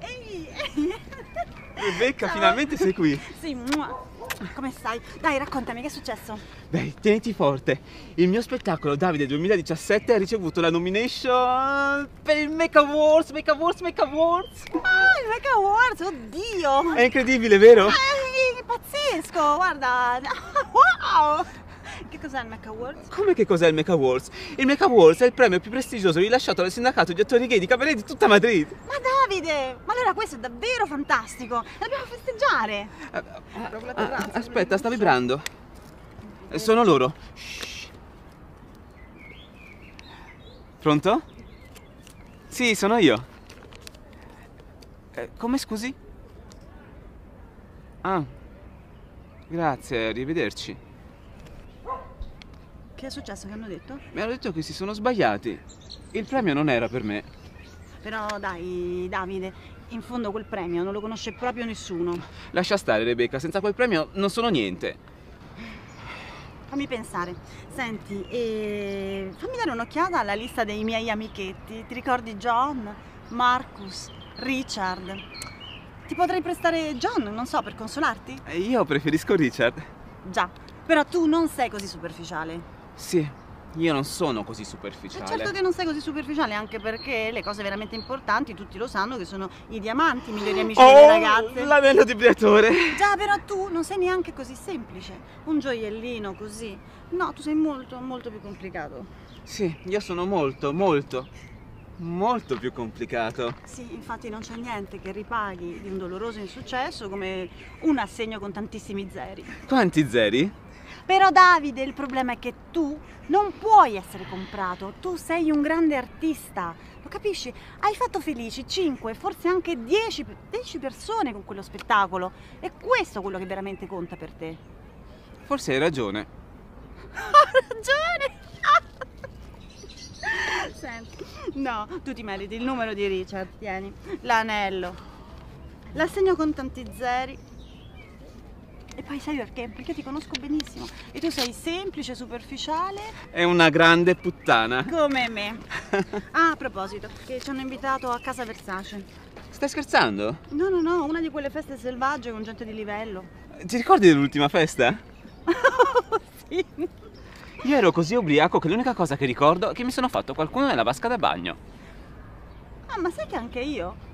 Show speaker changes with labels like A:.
A: Ehi! ehi.
B: Rebecca,
A: Ciao.
B: finalmente sei qui.
A: Sì, mua. come stai? Dai, raccontami, che è successo?
B: Beh, tieniti forte. Il mio spettacolo Davide 2017 ha ricevuto la nomination per il Make Awards, Make Awards, Make Awards.
A: Ah, il Mega Awards, oddio!
B: È incredibile, vero?
A: Ehi, pazzesco, guarda! Wow! Che cos'è il Mega Awards?
B: Come che cos'è il Make Awards? Il Make Awards è il premio più prestigioso rilasciato dal sindacato di attori gay di Cabaret di tutta Madrid.
A: Ma Davide, ma allora questo è davvero fantastico! Dobbiamo festeggiare!
B: Ah, ah, Aspetta, sta vibrando. Eh, Sono loro. Shh. Pronto? Sì, sono io. Eh, come scusi? Ah. Grazie, arrivederci.
A: Che è successo? Che hanno detto?
B: Mi hanno detto che si sono sbagliati. Il premio non era per me.
A: Però dai, Davide, in fondo quel premio non lo conosce proprio nessuno.
B: Lascia stare, Rebecca, senza quel premio non sono niente.
A: Fammi pensare. Senti, e fammi dare un'occhiata alla lista dei miei amichetti. Ti ricordi John, Marcus, Richard? Ti potrei prestare John, non so, per consolarti?
B: Eh, Io preferisco Richard.
A: Già, però tu non sei così superficiale.
B: Sì, io non sono così
A: E
B: superficiale.
A: certo che non sei così superficiale, anche perché le cose veramente importanti, tutti lo sanno, che sono i diamanti, i migliori amici
B: Oh,
A: delle ragazze.
B: l'anello di Briatore.
A: Già, però tu non sei neanche così semplice. Un gioiellino così. No, tu sei molto, molto più complicato.
B: Sì, io sono molto, molto, molto più complicato.
A: Sì, infatti non c'è niente che ripaghi di un doloroso insuccesso come un assegno con tantissimi zeri.
B: Quanti zeri?
A: Però Davide, il problema è che tu non puoi essere comprato, tu sei un grande artista, lo capisci? Hai fatto felici 5, forse anche 10, pe- 10 persone con quello spettacolo e questo è quello che veramente conta per te.
B: Forse hai ragione.
A: Ho ragione! Senti, no, tu ti meriti il numero di Richard, tieni, l'anello, l'assegno con tanti zeri. E poi sai perché? Perché ti conosco benissimo e tu sei semplice, superficiale
B: È una grande puttana.
A: come me. Ah, a proposito, che ci hanno invitato a casa Versace.
B: Stai scherzando?
A: No, no, no, una di quelle feste selvagge con gente di livello. Oh,
B: Ti ricordi dell'ultima festa?
A: sì.
B: Io ero così ubriaco che l'unica cosa che ricordo è che mi sono fatto qualcuno nella vasca da bagno.
A: Ah, ma sai che anche io?